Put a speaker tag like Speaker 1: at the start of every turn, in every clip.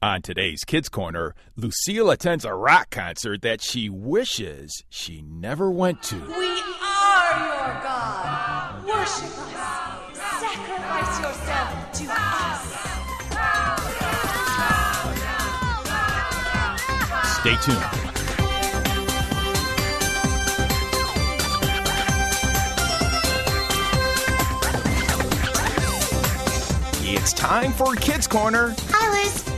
Speaker 1: On today's Kids Corner, Lucille attends a rock concert that she wishes she never went to.
Speaker 2: We are your God. Worship us. Sacrifice yourself to us.
Speaker 1: Stay tuned. It's time for Kids Corner
Speaker 3: Hi, Liz.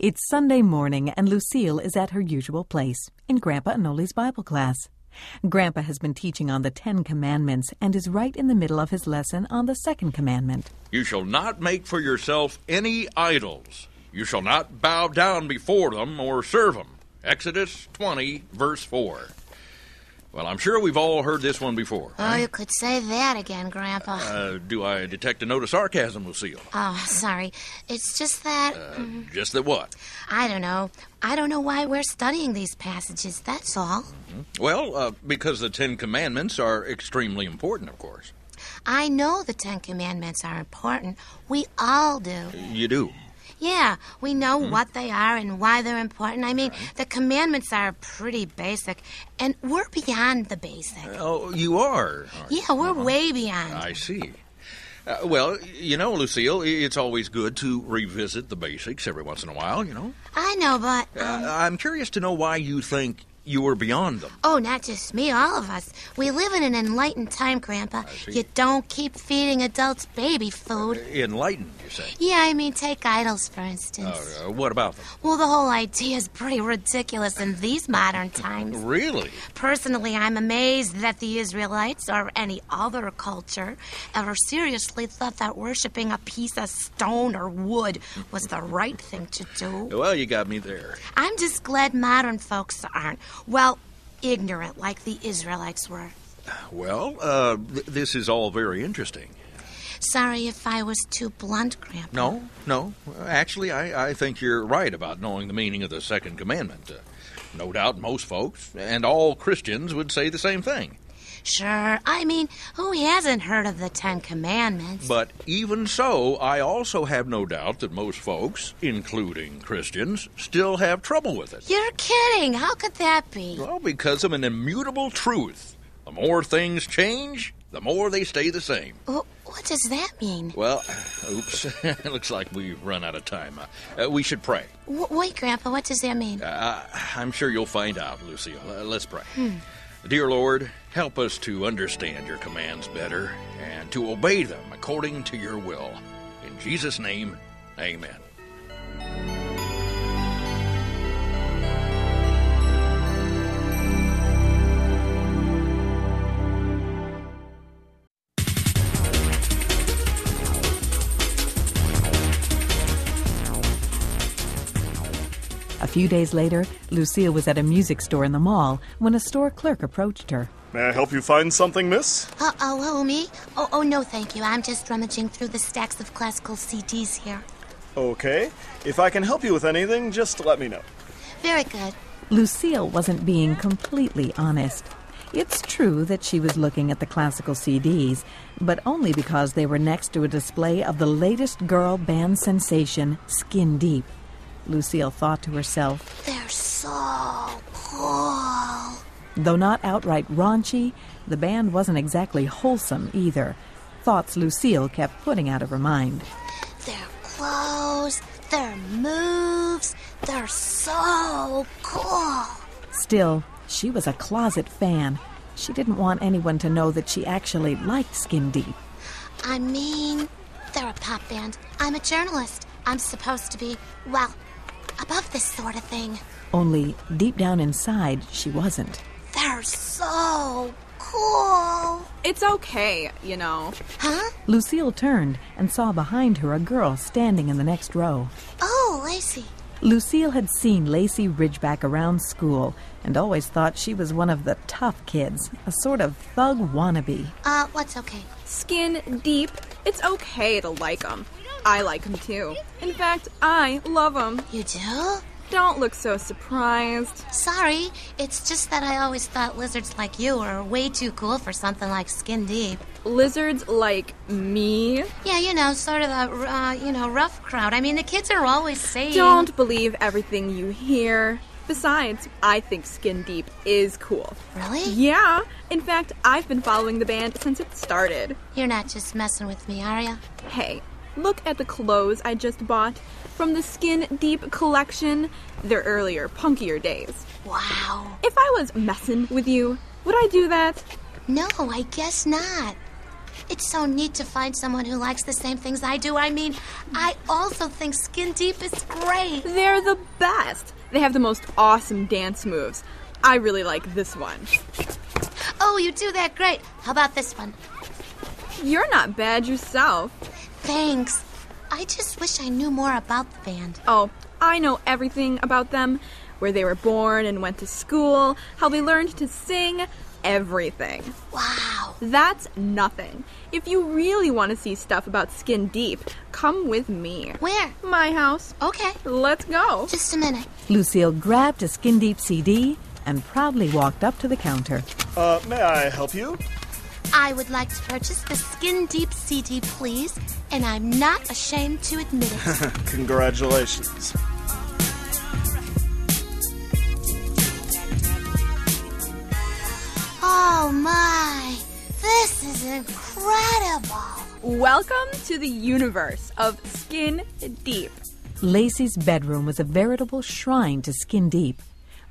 Speaker 4: It's Sunday morning, and Lucille is at her usual place in Grandpa Anoli's Bible class. Grandpa has been teaching on the Ten Commandments and is right in the middle of his lesson on the Second Commandment.
Speaker 5: You shall not make for yourself any idols. You shall not bow down before them or serve them. Exodus 20, verse 4. Well, I'm sure we've all heard this one before.
Speaker 6: Oh, you could say that again, Grandpa.
Speaker 5: Uh, do I detect a note of sarcasm, Lucille?
Speaker 6: oh, sorry. It's just that,
Speaker 5: uh, Just that what?
Speaker 6: I don't know. I don't know why we're studying these passages, that's all.
Speaker 5: Well, uh, because the Ten Commandments are extremely important, of course.
Speaker 6: I know the Ten Commandments are important. We all do.
Speaker 5: You do.
Speaker 6: Yeah, we know what they are and why they're important. I mean, the commandments are pretty basic, and we're beyond the basic.
Speaker 5: Oh, you are. All right.
Speaker 6: yeah, we're way beyond.
Speaker 5: I see. Uh, well, you know, Lucille, i- it's always good to revisit the basics every once in a while, you know.
Speaker 6: I know, but.
Speaker 5: Uh, I'm curious to know why you think you were beyond them.
Speaker 6: Oh, not just me, all of us. We live in an enlightened time, Grandpa. You don't keep feeding adults baby food.
Speaker 5: Enlightened, you say.
Speaker 6: Yeah, I mean, take idols, for instance.
Speaker 5: Uh, what about them?
Speaker 6: Well, the whole idea is pretty ridiculous in these modern times.
Speaker 5: Really?
Speaker 6: Personally, I'm amazed that the Israelites or any other culture ever seriously thought that worshiping a piece of stone or wood was the right thing to do.
Speaker 5: Well, you got me there.
Speaker 6: I'm just glad modern folks aren't, well, ignorant like the Israelites were.
Speaker 5: Well, uh, th- this is all very interesting.
Speaker 6: Sorry if I was too blunt, Grandpa.
Speaker 5: No, no. Actually, I, I think you're right about knowing the meaning of the Second Commandment. Uh, no doubt most folks, and all Christians, would say the same thing.
Speaker 6: Sure. I mean, who hasn't heard of the Ten Commandments?
Speaker 5: But even so, I also have no doubt that most folks, including Christians, still have trouble with it.
Speaker 6: You're kidding. How could that be?
Speaker 5: Well, because of an immutable truth. The more things change, the more they stay the same.
Speaker 6: Wh- What does that mean?
Speaker 5: Well, oops. Looks like we've run out of time. Uh, uh, we should pray.
Speaker 6: W- wait, Grandpa, what does that mean?
Speaker 5: Uh, I'm sure you'll find out, Lucille. Uh, let's pray. Dear Lord, help us to understand your commands better and to obey them according to your will. In Jesus' name, amen.
Speaker 4: A few days later, Lucille was at a music store in the mall when a store clerk approached her.
Speaker 7: May I help you find something, miss?
Speaker 6: Uh oh, oh, me? Oh, oh, no, thank you. I'm just rummaging through the stacks of classical CDs here.
Speaker 7: Okay. If I can help you with anything, just let me know.
Speaker 6: Very good.
Speaker 4: Lucille wasn't being completely honest. It's true that she was looking at the classical CDs, but only because they were next to a display of the latest girl band sensation, Skin Deep. Lucille thought to herself,
Speaker 6: They're so cool.
Speaker 4: though not outright raunchy, the band wasn't exactly wholesome either. Thoughts Lucille kept putting out of her mind.
Speaker 6: Their clothes, their moves, they're so cool.
Speaker 4: Still, she was a closet fan. She didn't want anyone to know that she actually liked Skin Deep.
Speaker 6: I mean, they're a pop band. I'm a journalist. I'm supposed to be, well, above this sort of thing.
Speaker 4: Only, deep down inside, she wasn't.
Speaker 6: They're so cool.
Speaker 8: It's okay, you know.
Speaker 6: Huh?
Speaker 4: Lucille turned and saw behind her a girl standing in the next row.
Speaker 6: Oh, Lacey.
Speaker 4: Lucille had seen Lacey Ridgeback around school and always thought she was one of the tough kids, a sort of thug wannabe.
Speaker 3: Uh, what's okay?
Speaker 2: Skin deep. It's okay to like them. I like them too. In fact, I love them.
Speaker 3: You do?
Speaker 2: Don't look so surprised.
Speaker 3: Sorry, it's just that I always thought lizards like you were way too cool for something like skin deep.
Speaker 2: Lizards like me
Speaker 3: Yeah, you know, sort of the, uh, you know, rough crowd. I mean, the kids are always saying.
Speaker 2: don't believe everything you hear. Besides, I think Skin Deep is cool.
Speaker 3: Really?
Speaker 2: Yeah. In fact, I've been following the band since it started.
Speaker 3: You're not just messing with me, are ya?
Speaker 2: Hey, look at the clothes I just bought from the Skin Deep collection, their earlier, punkier days.
Speaker 3: Wow.
Speaker 2: If I was messing with you, would I do that?
Speaker 3: No, I guess not. It's so neat to find someone who likes the same things I do. I mean, I also think Skin Deep is great.
Speaker 2: They're the best. They have the most awesome dance moves. I really like this one.
Speaker 3: Oh, you do that great. How about this one?
Speaker 2: You're not bad yourself.
Speaker 3: Thanks. I just wish I knew more about the band.
Speaker 2: Oh, I know everything about them where they were born and went to school, how they learned to sing, everything.
Speaker 3: Wow.
Speaker 2: That's nothing. If you really want to see stuff about Skin Deep, come with me.
Speaker 3: Where?
Speaker 2: My house.
Speaker 3: Okay.
Speaker 2: Let's go.
Speaker 3: Just a minute.
Speaker 4: Lucille grabbed a skin deep CD and proudly walked up to the counter.
Speaker 7: Uh, may I help you?
Speaker 3: I would like to purchase the Skin Deep CD, please, and I'm not ashamed to admit it.
Speaker 7: Congratulations.
Speaker 3: oh my, this is incredible.
Speaker 2: Welcome to the universe of Skin Deep.
Speaker 4: Lacey's bedroom was a veritable shrine to Skin Deep.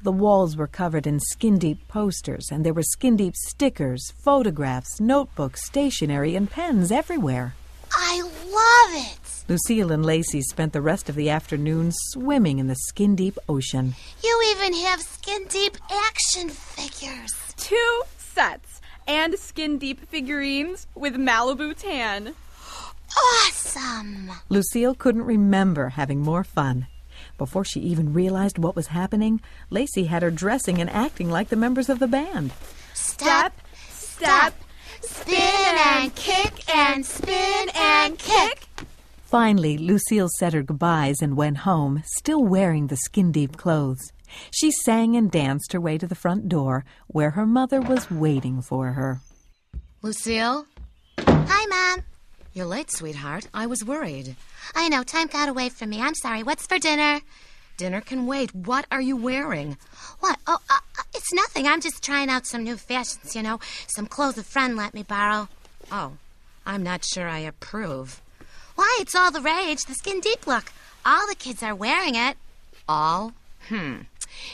Speaker 4: The walls were covered in Skin Deep posters, and there were Skin Deep stickers, photographs, notebooks, stationery, and pens everywhere.
Speaker 3: I love it.
Speaker 4: Lucille and Lacey spent the rest of the afternoon swimming in the Skin Deep ocean.
Speaker 3: You even have Skin Deep action figures.
Speaker 2: Two sets and Skin Deep figurines with Malibu tan.
Speaker 3: Awesome.
Speaker 4: Lucille couldn't remember having more fun. Before she even realized what was happening, Lacey had her dressing and acting like the members of the band.
Speaker 3: Step, step, spin and kick and spin and kick.
Speaker 4: Finally, Lucille said her goodbyes and went home, still wearing the skin deep clothes. She sang and danced her way to the front door, where her mother was waiting for her.
Speaker 6: Lucille?
Speaker 3: Hi, Mom.
Speaker 6: You're late, sweetheart. I was worried.
Speaker 3: I know, time got away from me. I'm sorry. What's for dinner?
Speaker 6: Dinner can wait. What are you wearing?
Speaker 3: What? Oh, uh, uh, it's nothing. I'm just trying out some new fashions, you know. Some clothes a friend let me borrow.
Speaker 6: Oh, I'm not sure I approve.
Speaker 3: Why, it's all the rage, the skin deep look. All the kids are wearing it.
Speaker 6: All? Hmm.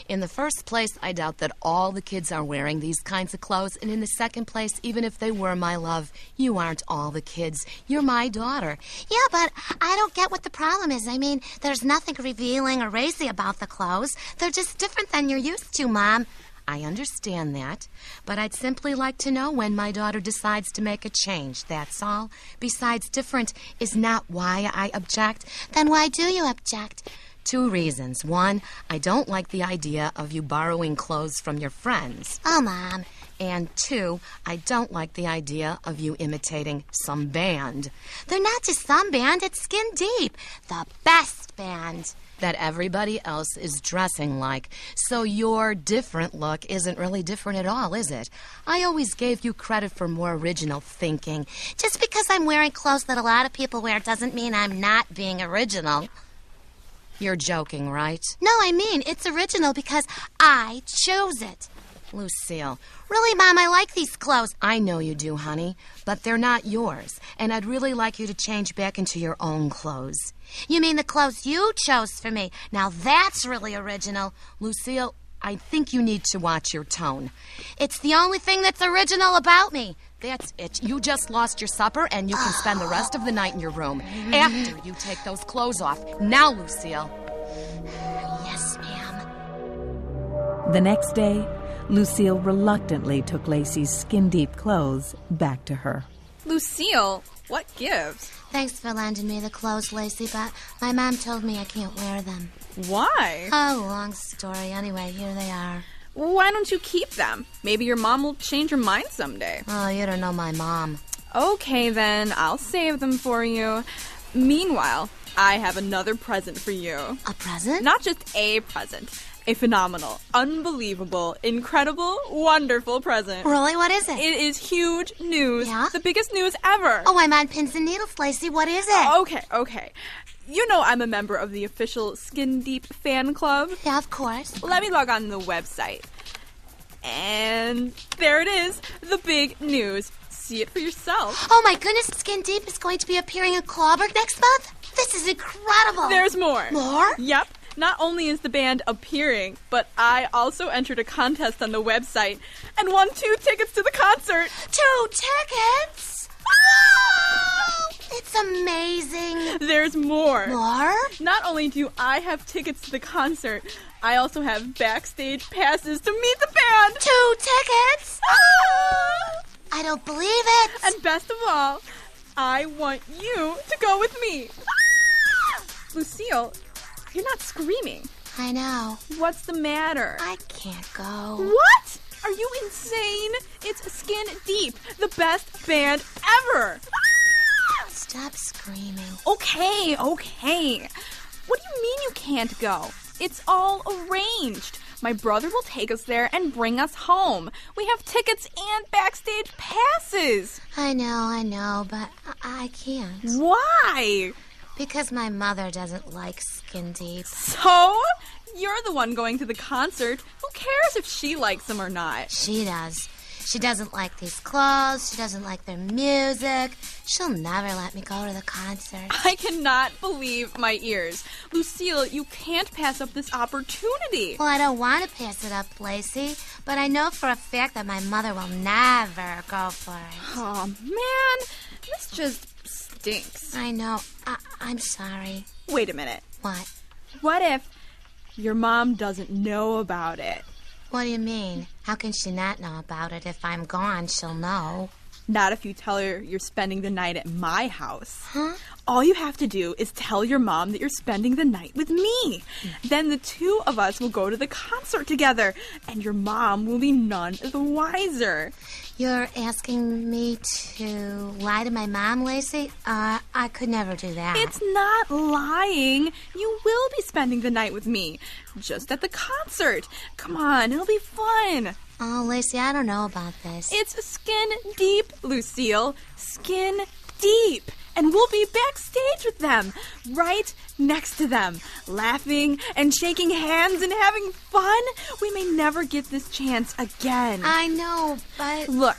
Speaker 6: In the first place, I doubt that all the kids are wearing these kinds of clothes. And in the second place, even if they were, my love, you aren't all the kids. You're my daughter.
Speaker 3: Yeah, but I don't get what the problem is. I mean, there's nothing revealing or racy about the clothes. They're just different than you're used to, Mom.
Speaker 6: I understand that, but I'd simply like to know when my daughter decides to make a change, that's all. Besides, different is not why I object.
Speaker 3: Then why do you object?
Speaker 6: Two reasons. One, I don't like the idea of you borrowing clothes from your friends.
Speaker 3: Oh, Mom.
Speaker 6: And two, I don't like the idea of you imitating some band
Speaker 3: They're not just some band, it's Skin Deep, the best band.
Speaker 6: that everybody else is dressing like. So your different look isn't really different at all, is it? I always gave you credit for more original thinking.
Speaker 3: Just because I'm wearing clothes that a lot of people wear doesn't mean I'm not being original.
Speaker 6: You're joking, right?
Speaker 3: No, I mean, it's original because I chose it.
Speaker 6: Lucille,
Speaker 3: Really, Mom, I like these clothes.
Speaker 6: I know you do, honey, but they're not yours, and I'd really like you to change back into your own clothes.
Speaker 3: You mean the clothes you chose for me? Now that's really original.
Speaker 6: Lucille, I think you need to watch your tone.
Speaker 3: It's the only thing that's original about me.
Speaker 6: That's it. You just lost your supper, and you can spend the rest of the night in your room after you take those clothes off. Now, Lucille.
Speaker 3: Yes, ma'am.
Speaker 4: The next day, Lucille reluctantly took Lacey's skin deep clothes back to her.
Speaker 2: Lucille, what gives?
Speaker 3: Thanks for lending me the clothes, Lacey, but my mom told me I can't wear them.
Speaker 2: Why?
Speaker 3: Oh, long story. Anyway, here they are.
Speaker 2: Why don't you keep them? Maybe your mom will change her mind someday.
Speaker 3: Oh, you don't know my mom.
Speaker 2: Okay, then, I'll save them for you. Meanwhile, I have another present for you.
Speaker 3: A present?
Speaker 2: Not just a present, a phenomenal, unbelievable, incredible, wonderful present.
Speaker 3: Really? What is it?
Speaker 2: It is huge news.
Speaker 3: Yeah?
Speaker 2: The biggest news ever.
Speaker 3: Oh, I'm on pins and needles, Lacey. What is it?
Speaker 2: Okay, okay. You know I'm a member of the official Skin Deep fan club.
Speaker 3: Yeah, of course.
Speaker 2: Let me log on the website. And there it is, the big news. See it for yourself.
Speaker 3: Oh my goodness, Skin Deep is going to be appearing in Clawberg next month. This is incredible.
Speaker 2: There's more.
Speaker 3: more.
Speaker 2: Yep. Not only is the band appearing, but I also entered a contest on the website and won two tickets to the concert.
Speaker 3: Two tickets. Wow! It's amazing.
Speaker 2: There's more.
Speaker 3: More?
Speaker 2: Not only do I have tickets to the concert, I also have backstage passes to meet the band.
Speaker 3: Two tickets?
Speaker 2: Ah!
Speaker 3: I don't believe it.
Speaker 2: And best of all, I want you to go with me. Lucille, you're not screaming.
Speaker 3: I know.
Speaker 2: What's the matter?
Speaker 3: I can't go.
Speaker 2: What? Are you insane? It's Skin Deep, the best band ever.
Speaker 3: Stop screaming.
Speaker 2: Okay, okay. What do you mean you can't go? It's all arranged. My brother will take us there and bring us home. We have tickets and backstage passes.
Speaker 3: I know, I know, but I, I can't.
Speaker 2: Why?
Speaker 3: Because my mother doesn't like skin deep.
Speaker 2: So? You're the one going to the concert. Who cares if she likes them or not?
Speaker 3: She does. She doesn't like these clothes. She doesn't like their music. She'll never let me go to the concert.
Speaker 2: I cannot believe my ears. Lucille, you can't pass up this opportunity.
Speaker 3: Well, I don't want to pass it up, Lacey, but I know for a fact that my mother will never go for it.
Speaker 2: Oh, man. This just stinks.
Speaker 3: I know. I- I'm sorry.
Speaker 2: Wait a minute.
Speaker 3: What?
Speaker 2: What if your mom doesn't know about it?
Speaker 3: What do you mean? How can she not know about it? If I'm gone, she'll know.
Speaker 2: Not if you tell her you're spending the night at my house. Huh? All you have to do is tell your mom that you're spending the night with me. Then the two of us will go to the concert together, and your mom will be none the wiser.
Speaker 3: You're asking me to lie to my mom, Lacey? Uh, I could never do that.
Speaker 2: It's not lying. You will be spending the night with me, just at the concert. Come on, it'll be fun.
Speaker 3: Oh, Lacey, I don't know about this.
Speaker 2: It's skin deep, Lucille. Skin deep. And we'll be backstage with them, right next to them, laughing and shaking hands and having fun. We may never get this chance again.
Speaker 9: Uh,
Speaker 3: I know, but
Speaker 2: Look,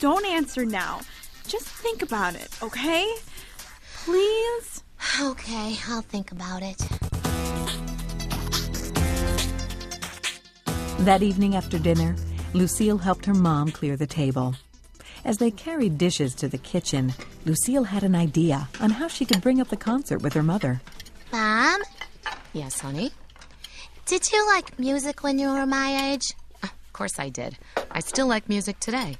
Speaker 2: don't answer now. Just think about it, okay? Please?
Speaker 3: okay, I'll think about it.
Speaker 4: That evening after dinner, Lucille helped her mom clear the table. As they carried dishes to the kitchen, Lucille had an idea on how she could bring up the concert with her mother.
Speaker 3: Mom,
Speaker 6: Yes, honey?
Speaker 3: did you like music when you were my age?
Speaker 6: Of course I did. I still like music today.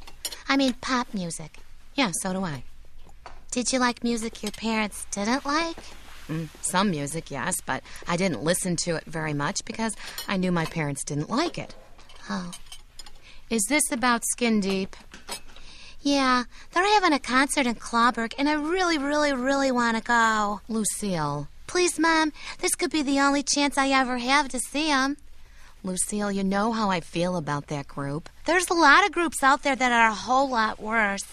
Speaker 3: I mean, pop music.
Speaker 6: Yeah, so do I.
Speaker 3: Did you like music your parents didn't like?
Speaker 6: Mm, Some music, yes, but I didn't listen to it very much because I knew my parents didn't like it.
Speaker 3: Oh.
Speaker 6: Is this about Skin Deep?
Speaker 3: Yeah, they're having a concert in Clawburg, and I really, really, really want to go.
Speaker 6: Lucille.
Speaker 3: Please, Mom, this could be the only chance I ever have to see them.
Speaker 6: Lucille, you know how I feel about that group.
Speaker 3: There's a lot of groups out there that are a whole lot worse.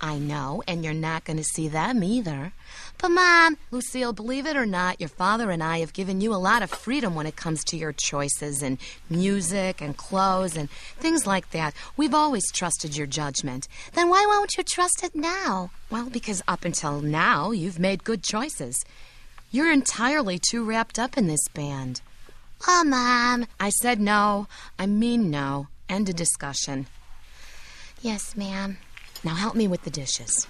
Speaker 6: I know, and you're not going to see them either.
Speaker 3: But, Mom,
Speaker 6: Lucille, believe it or not, your father and I have given you a lot of freedom when it comes to your choices in music and clothes and things like that. We've always trusted your judgment.
Speaker 3: then why won't you trust it now?
Speaker 6: Well, because up until now, you've made good choices. You're entirely too wrapped up in this band.
Speaker 3: Oh, Mom.
Speaker 6: I said no. I mean no. End of discussion.
Speaker 3: Yes, ma'am.
Speaker 6: Now help me with the dishes.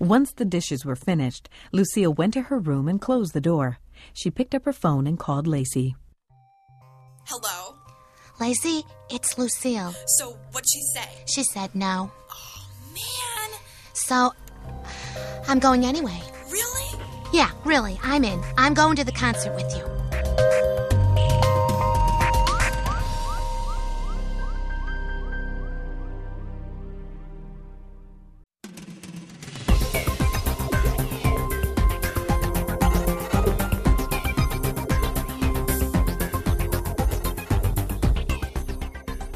Speaker 4: Once the dishes were finished, Lucille went to her room and closed the door. She picked up her phone and called Lacey.
Speaker 9: Hello?
Speaker 3: Lacey, it's Lucille.
Speaker 9: So, what'd she say?
Speaker 3: She said no.
Speaker 9: Man,
Speaker 3: So, I'm going anyway.
Speaker 9: really?
Speaker 3: Yeah, really, I'm in. I'm going to the concert with you.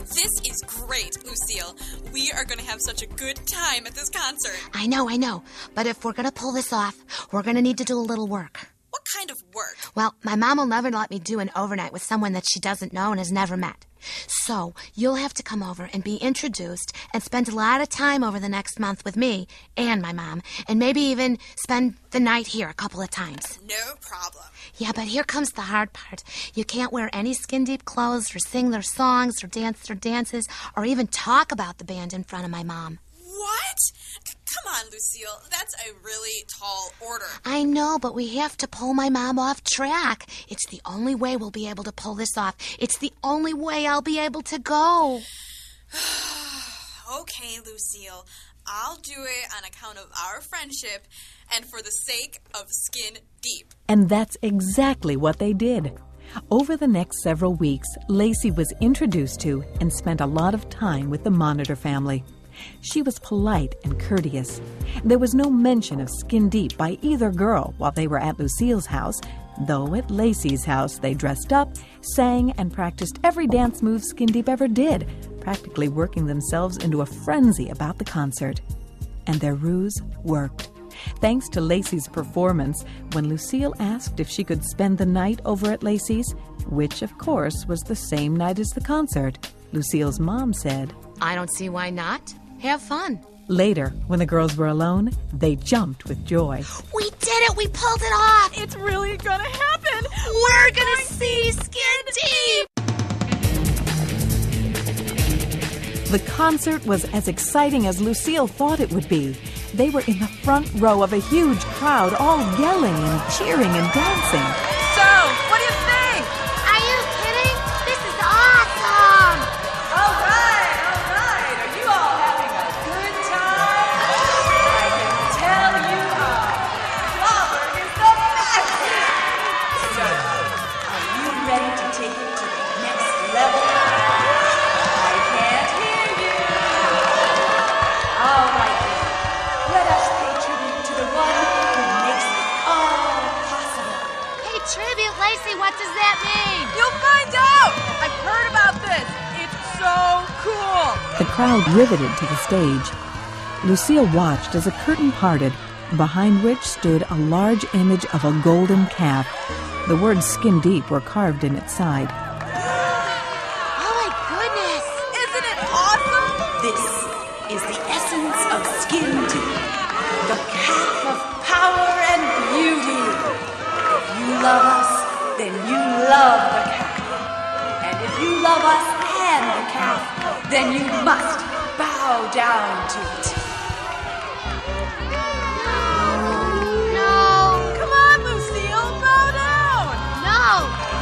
Speaker 9: This is great, Lucille. We are going to have such a good time at this concert.
Speaker 3: I know, I know. But if we're going to pull this off, we're going to need to do a little work.
Speaker 9: What kind of work?
Speaker 3: Well, my mom will never let me do an overnight with someone that she doesn't know and has never met. So you'll have to come over and be introduced and spend a lot of time over the next month with me and my mom, and maybe even spend the night here a couple of times.
Speaker 9: No problem.
Speaker 3: Yeah, but here comes the hard part. You can't wear any skin deep clothes or sing their songs or dance their dances or even talk about the band in front of my mom.
Speaker 9: What? C- come on, Lucille. That's a really tall order.
Speaker 3: I know, but we have to pull my mom off track. It's the only way we'll be able to pull this off. It's the only way I'll be able to go.
Speaker 9: Okay, Lucille. I'll do it on account of our friendship and for the sake of skin deep.
Speaker 4: And that's exactly what they did. Over the next several weeks, Lacey was introduced to and spent a lot of time with the Monitor family. She was polite and courteous. There was no mention of skin deep by either girl while they were at Lucille's house, though at Lacey's house they dressed up, sang, and practiced every dance move Skin Deep ever did, practically working themselves into a frenzy about the concert. And their ruse worked. Thanks to Lacey's performance, when Lucille asked if she could spend the night over at Lacey's, which of course was the same night as the concert, Lucille's mom said,
Speaker 6: I don't see why not. Have fun.
Speaker 4: Later, when the girls were alone, they jumped with joy.
Speaker 3: We did it! We pulled it off!
Speaker 2: It's really gonna happen!
Speaker 3: We're gonna see Skin Deep!
Speaker 4: The concert was as exciting as Lucille thought it would be. They were in the front row of a huge crowd, all yelling and cheering and dancing.
Speaker 2: So, what do you think?
Speaker 3: Are you kidding? This is awesome!
Speaker 2: All right, all right. Are you all having a good time? I can tell you are. Flubber is the best. So, are you ready to take it to the next level? I can't hear you. All right, then. Let us pay tribute to the one who makes it all possible.
Speaker 3: Hey, tribute, Lacey, what does that mean?
Speaker 2: You'll find out. I've heard about this. It's so cool.
Speaker 4: The crowd riveted to the stage. Lucille watched as a curtain parted, behind which stood a large image of a golden calf. The words skin deep were carved in its side.
Speaker 3: Oh my goodness!
Speaker 2: Isn't it awesome?
Speaker 10: This is the essence of skin deep, the path of power and beauty. If you love us, then you love the calf. And if you love us and the calf, then you must bow down to it.
Speaker 3: No!
Speaker 2: Come on, Lucille, bow down.
Speaker 3: No!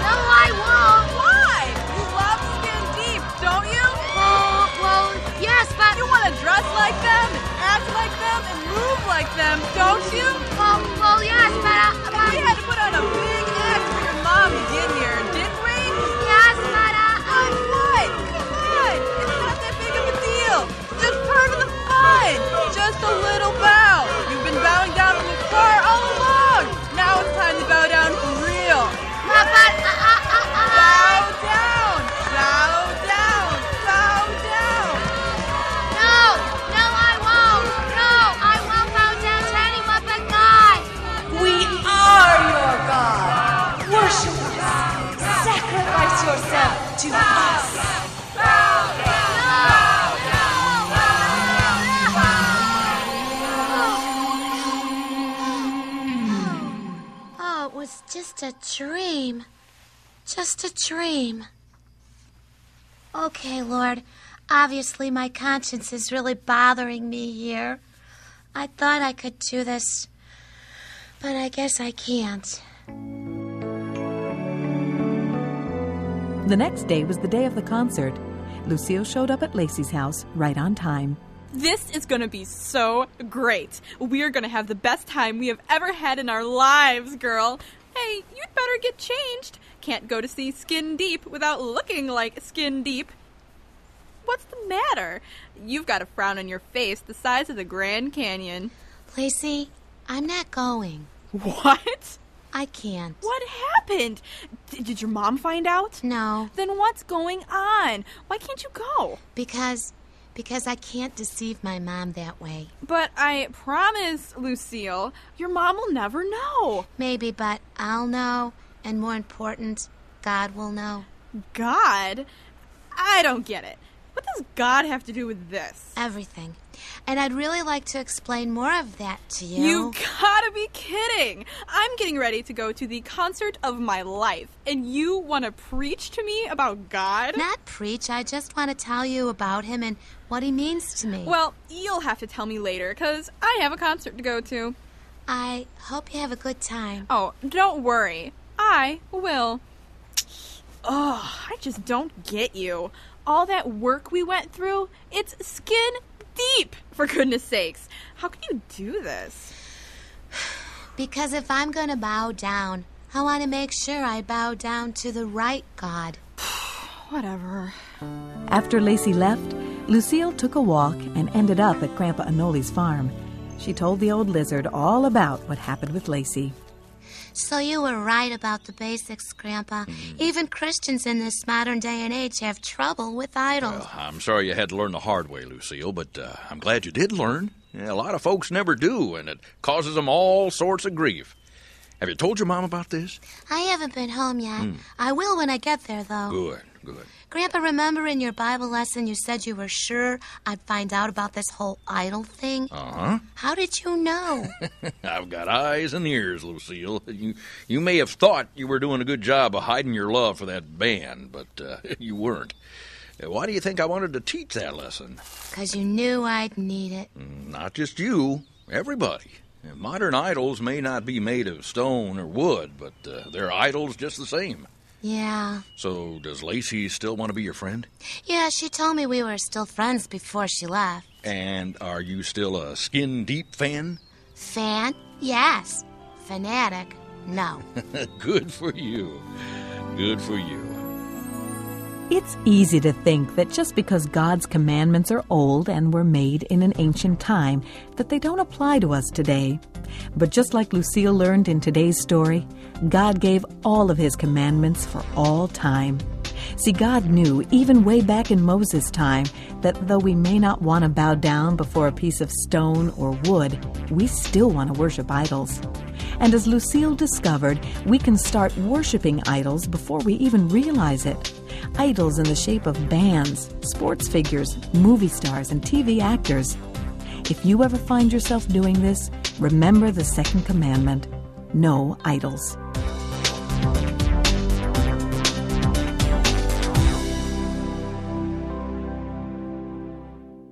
Speaker 3: No, I won't!
Speaker 2: Why? You love skin deep, don't you?
Speaker 3: Won't, won't. Yes, but.
Speaker 2: You want to dress like them, and act like them, and move like them, don't you?
Speaker 3: Well, well, yes, but. uh, I, but
Speaker 2: We had to put on a big act for your mom to get here, didn't we?
Speaker 3: yes, but. uh, I,
Speaker 2: But what? Come on, it's not that big of a deal. Just part of the fun. Just a little bow. You've been bowing down from the car all along. Now it's time to bow down for real.
Speaker 3: but, but, uh, uh, uh, uh,
Speaker 2: Bow down. Bow down. Bow down.
Speaker 3: no! No, I won't! No, I won't bow down to anyone but God!
Speaker 10: We are your God. Worship us. Sacrifice yourself to us.
Speaker 3: Oh, it was just a dream. Just a dream. Okay, Lord. Obviously, my conscience is really bothering me here. I thought I could do this, but I guess I can't.
Speaker 4: The next day was the day of the concert. Lucille showed up at Lacey's house right on time.
Speaker 2: This is gonna be so great. We are gonna have the best time we have ever had in our lives, girl. Hey, you'd better get changed. Can't go to see Skin Deep without looking like Skin Deep. What's the matter? You've got a frown on your face the size of the Grand Canyon.
Speaker 3: Lacey, I'm not going.
Speaker 2: What?
Speaker 3: I can't.
Speaker 2: What happened? D- did your mom find out?
Speaker 3: No.
Speaker 2: Then what's going on? Why can't you go?
Speaker 3: Because. Because I can't deceive my mom that way.
Speaker 2: But I promise, Lucille, your mom will never know.
Speaker 3: Maybe, but I'll know. And more important, God will know.
Speaker 2: God? I don't get it. What does God have to do with this?
Speaker 3: Everything. And I'd really like to explain more of that to you.
Speaker 2: You gotta be kidding! I'm getting ready to go to the concert of my life, and you wanna preach to me about God?
Speaker 3: Not preach, I just wanna tell you about him and what he means to me.
Speaker 2: Well, you'll have to tell me later, because I have a concert to go to.
Speaker 3: I hope you have a good time.
Speaker 2: Oh, don't worry. I will. Oh, I just don't get you. All that work we went through, it's skin deep, for goodness sakes. How can you do this?
Speaker 3: Because if I'm going to bow down, I want to make sure I bow down to the right God.
Speaker 2: Whatever.
Speaker 4: After Lacey left, Lucille took a walk and ended up at Grandpa Anoli's farm. She told the old lizard all about what happened with Lacey.
Speaker 3: So you were right about the basics, Grandpa.
Speaker 2: Mm.
Speaker 3: Even Christians in this modern day and age have trouble with idols.
Speaker 5: Well, I'm sorry you had to learn the hard way, Lucille, but uh, I'm glad you did learn. Yeah, a lot of folks never do, and it causes them all sorts of grief. Have you told your mom about this?
Speaker 3: I haven't been home yet.
Speaker 2: Hmm.
Speaker 3: Mm. I will when I get there, though.
Speaker 5: Good, good.
Speaker 3: Grandpa, remember in your Bible lesson you said you were sure I'd find out about this whole idol thing?
Speaker 5: Uh huh.
Speaker 3: How did you know?
Speaker 5: I've got eyes and ears, Lucille. You, you may have thought you were doing a good job of hiding your love for that band, but uh, you weren't. Uh, Why do you think I wanted to teach that lesson?
Speaker 3: Because you knew I'd need it.
Speaker 5: Not just you, everybody. Modern idols may not be made of stone or wood, but uh, they're idols just the same.
Speaker 3: Yeah.
Speaker 5: So, does Lacey still want to be your friend?
Speaker 3: Yeah, she told me we were still friends before she left.
Speaker 5: And are you still a skin deep fan?
Speaker 3: Fan? Yes. Fanatic? No.
Speaker 5: Good for you. Good for you.
Speaker 4: It's easy to think that just because God's commandments are old and were made in an ancient time, that they don't apply to us today. But just like Lucille learned in today's story, God gave all of his commandments for all time. See, God knew, even way back in Moses' time, that though we may not want to bow down before a piece of stone or wood, we still want to worship idols. And as Lucille discovered, we can start worshiping idols before we even realize it. Idols in the shape of bands, sports figures, movie stars, and TV actors. If you ever find yourself doing this, remember the second commandment no idols.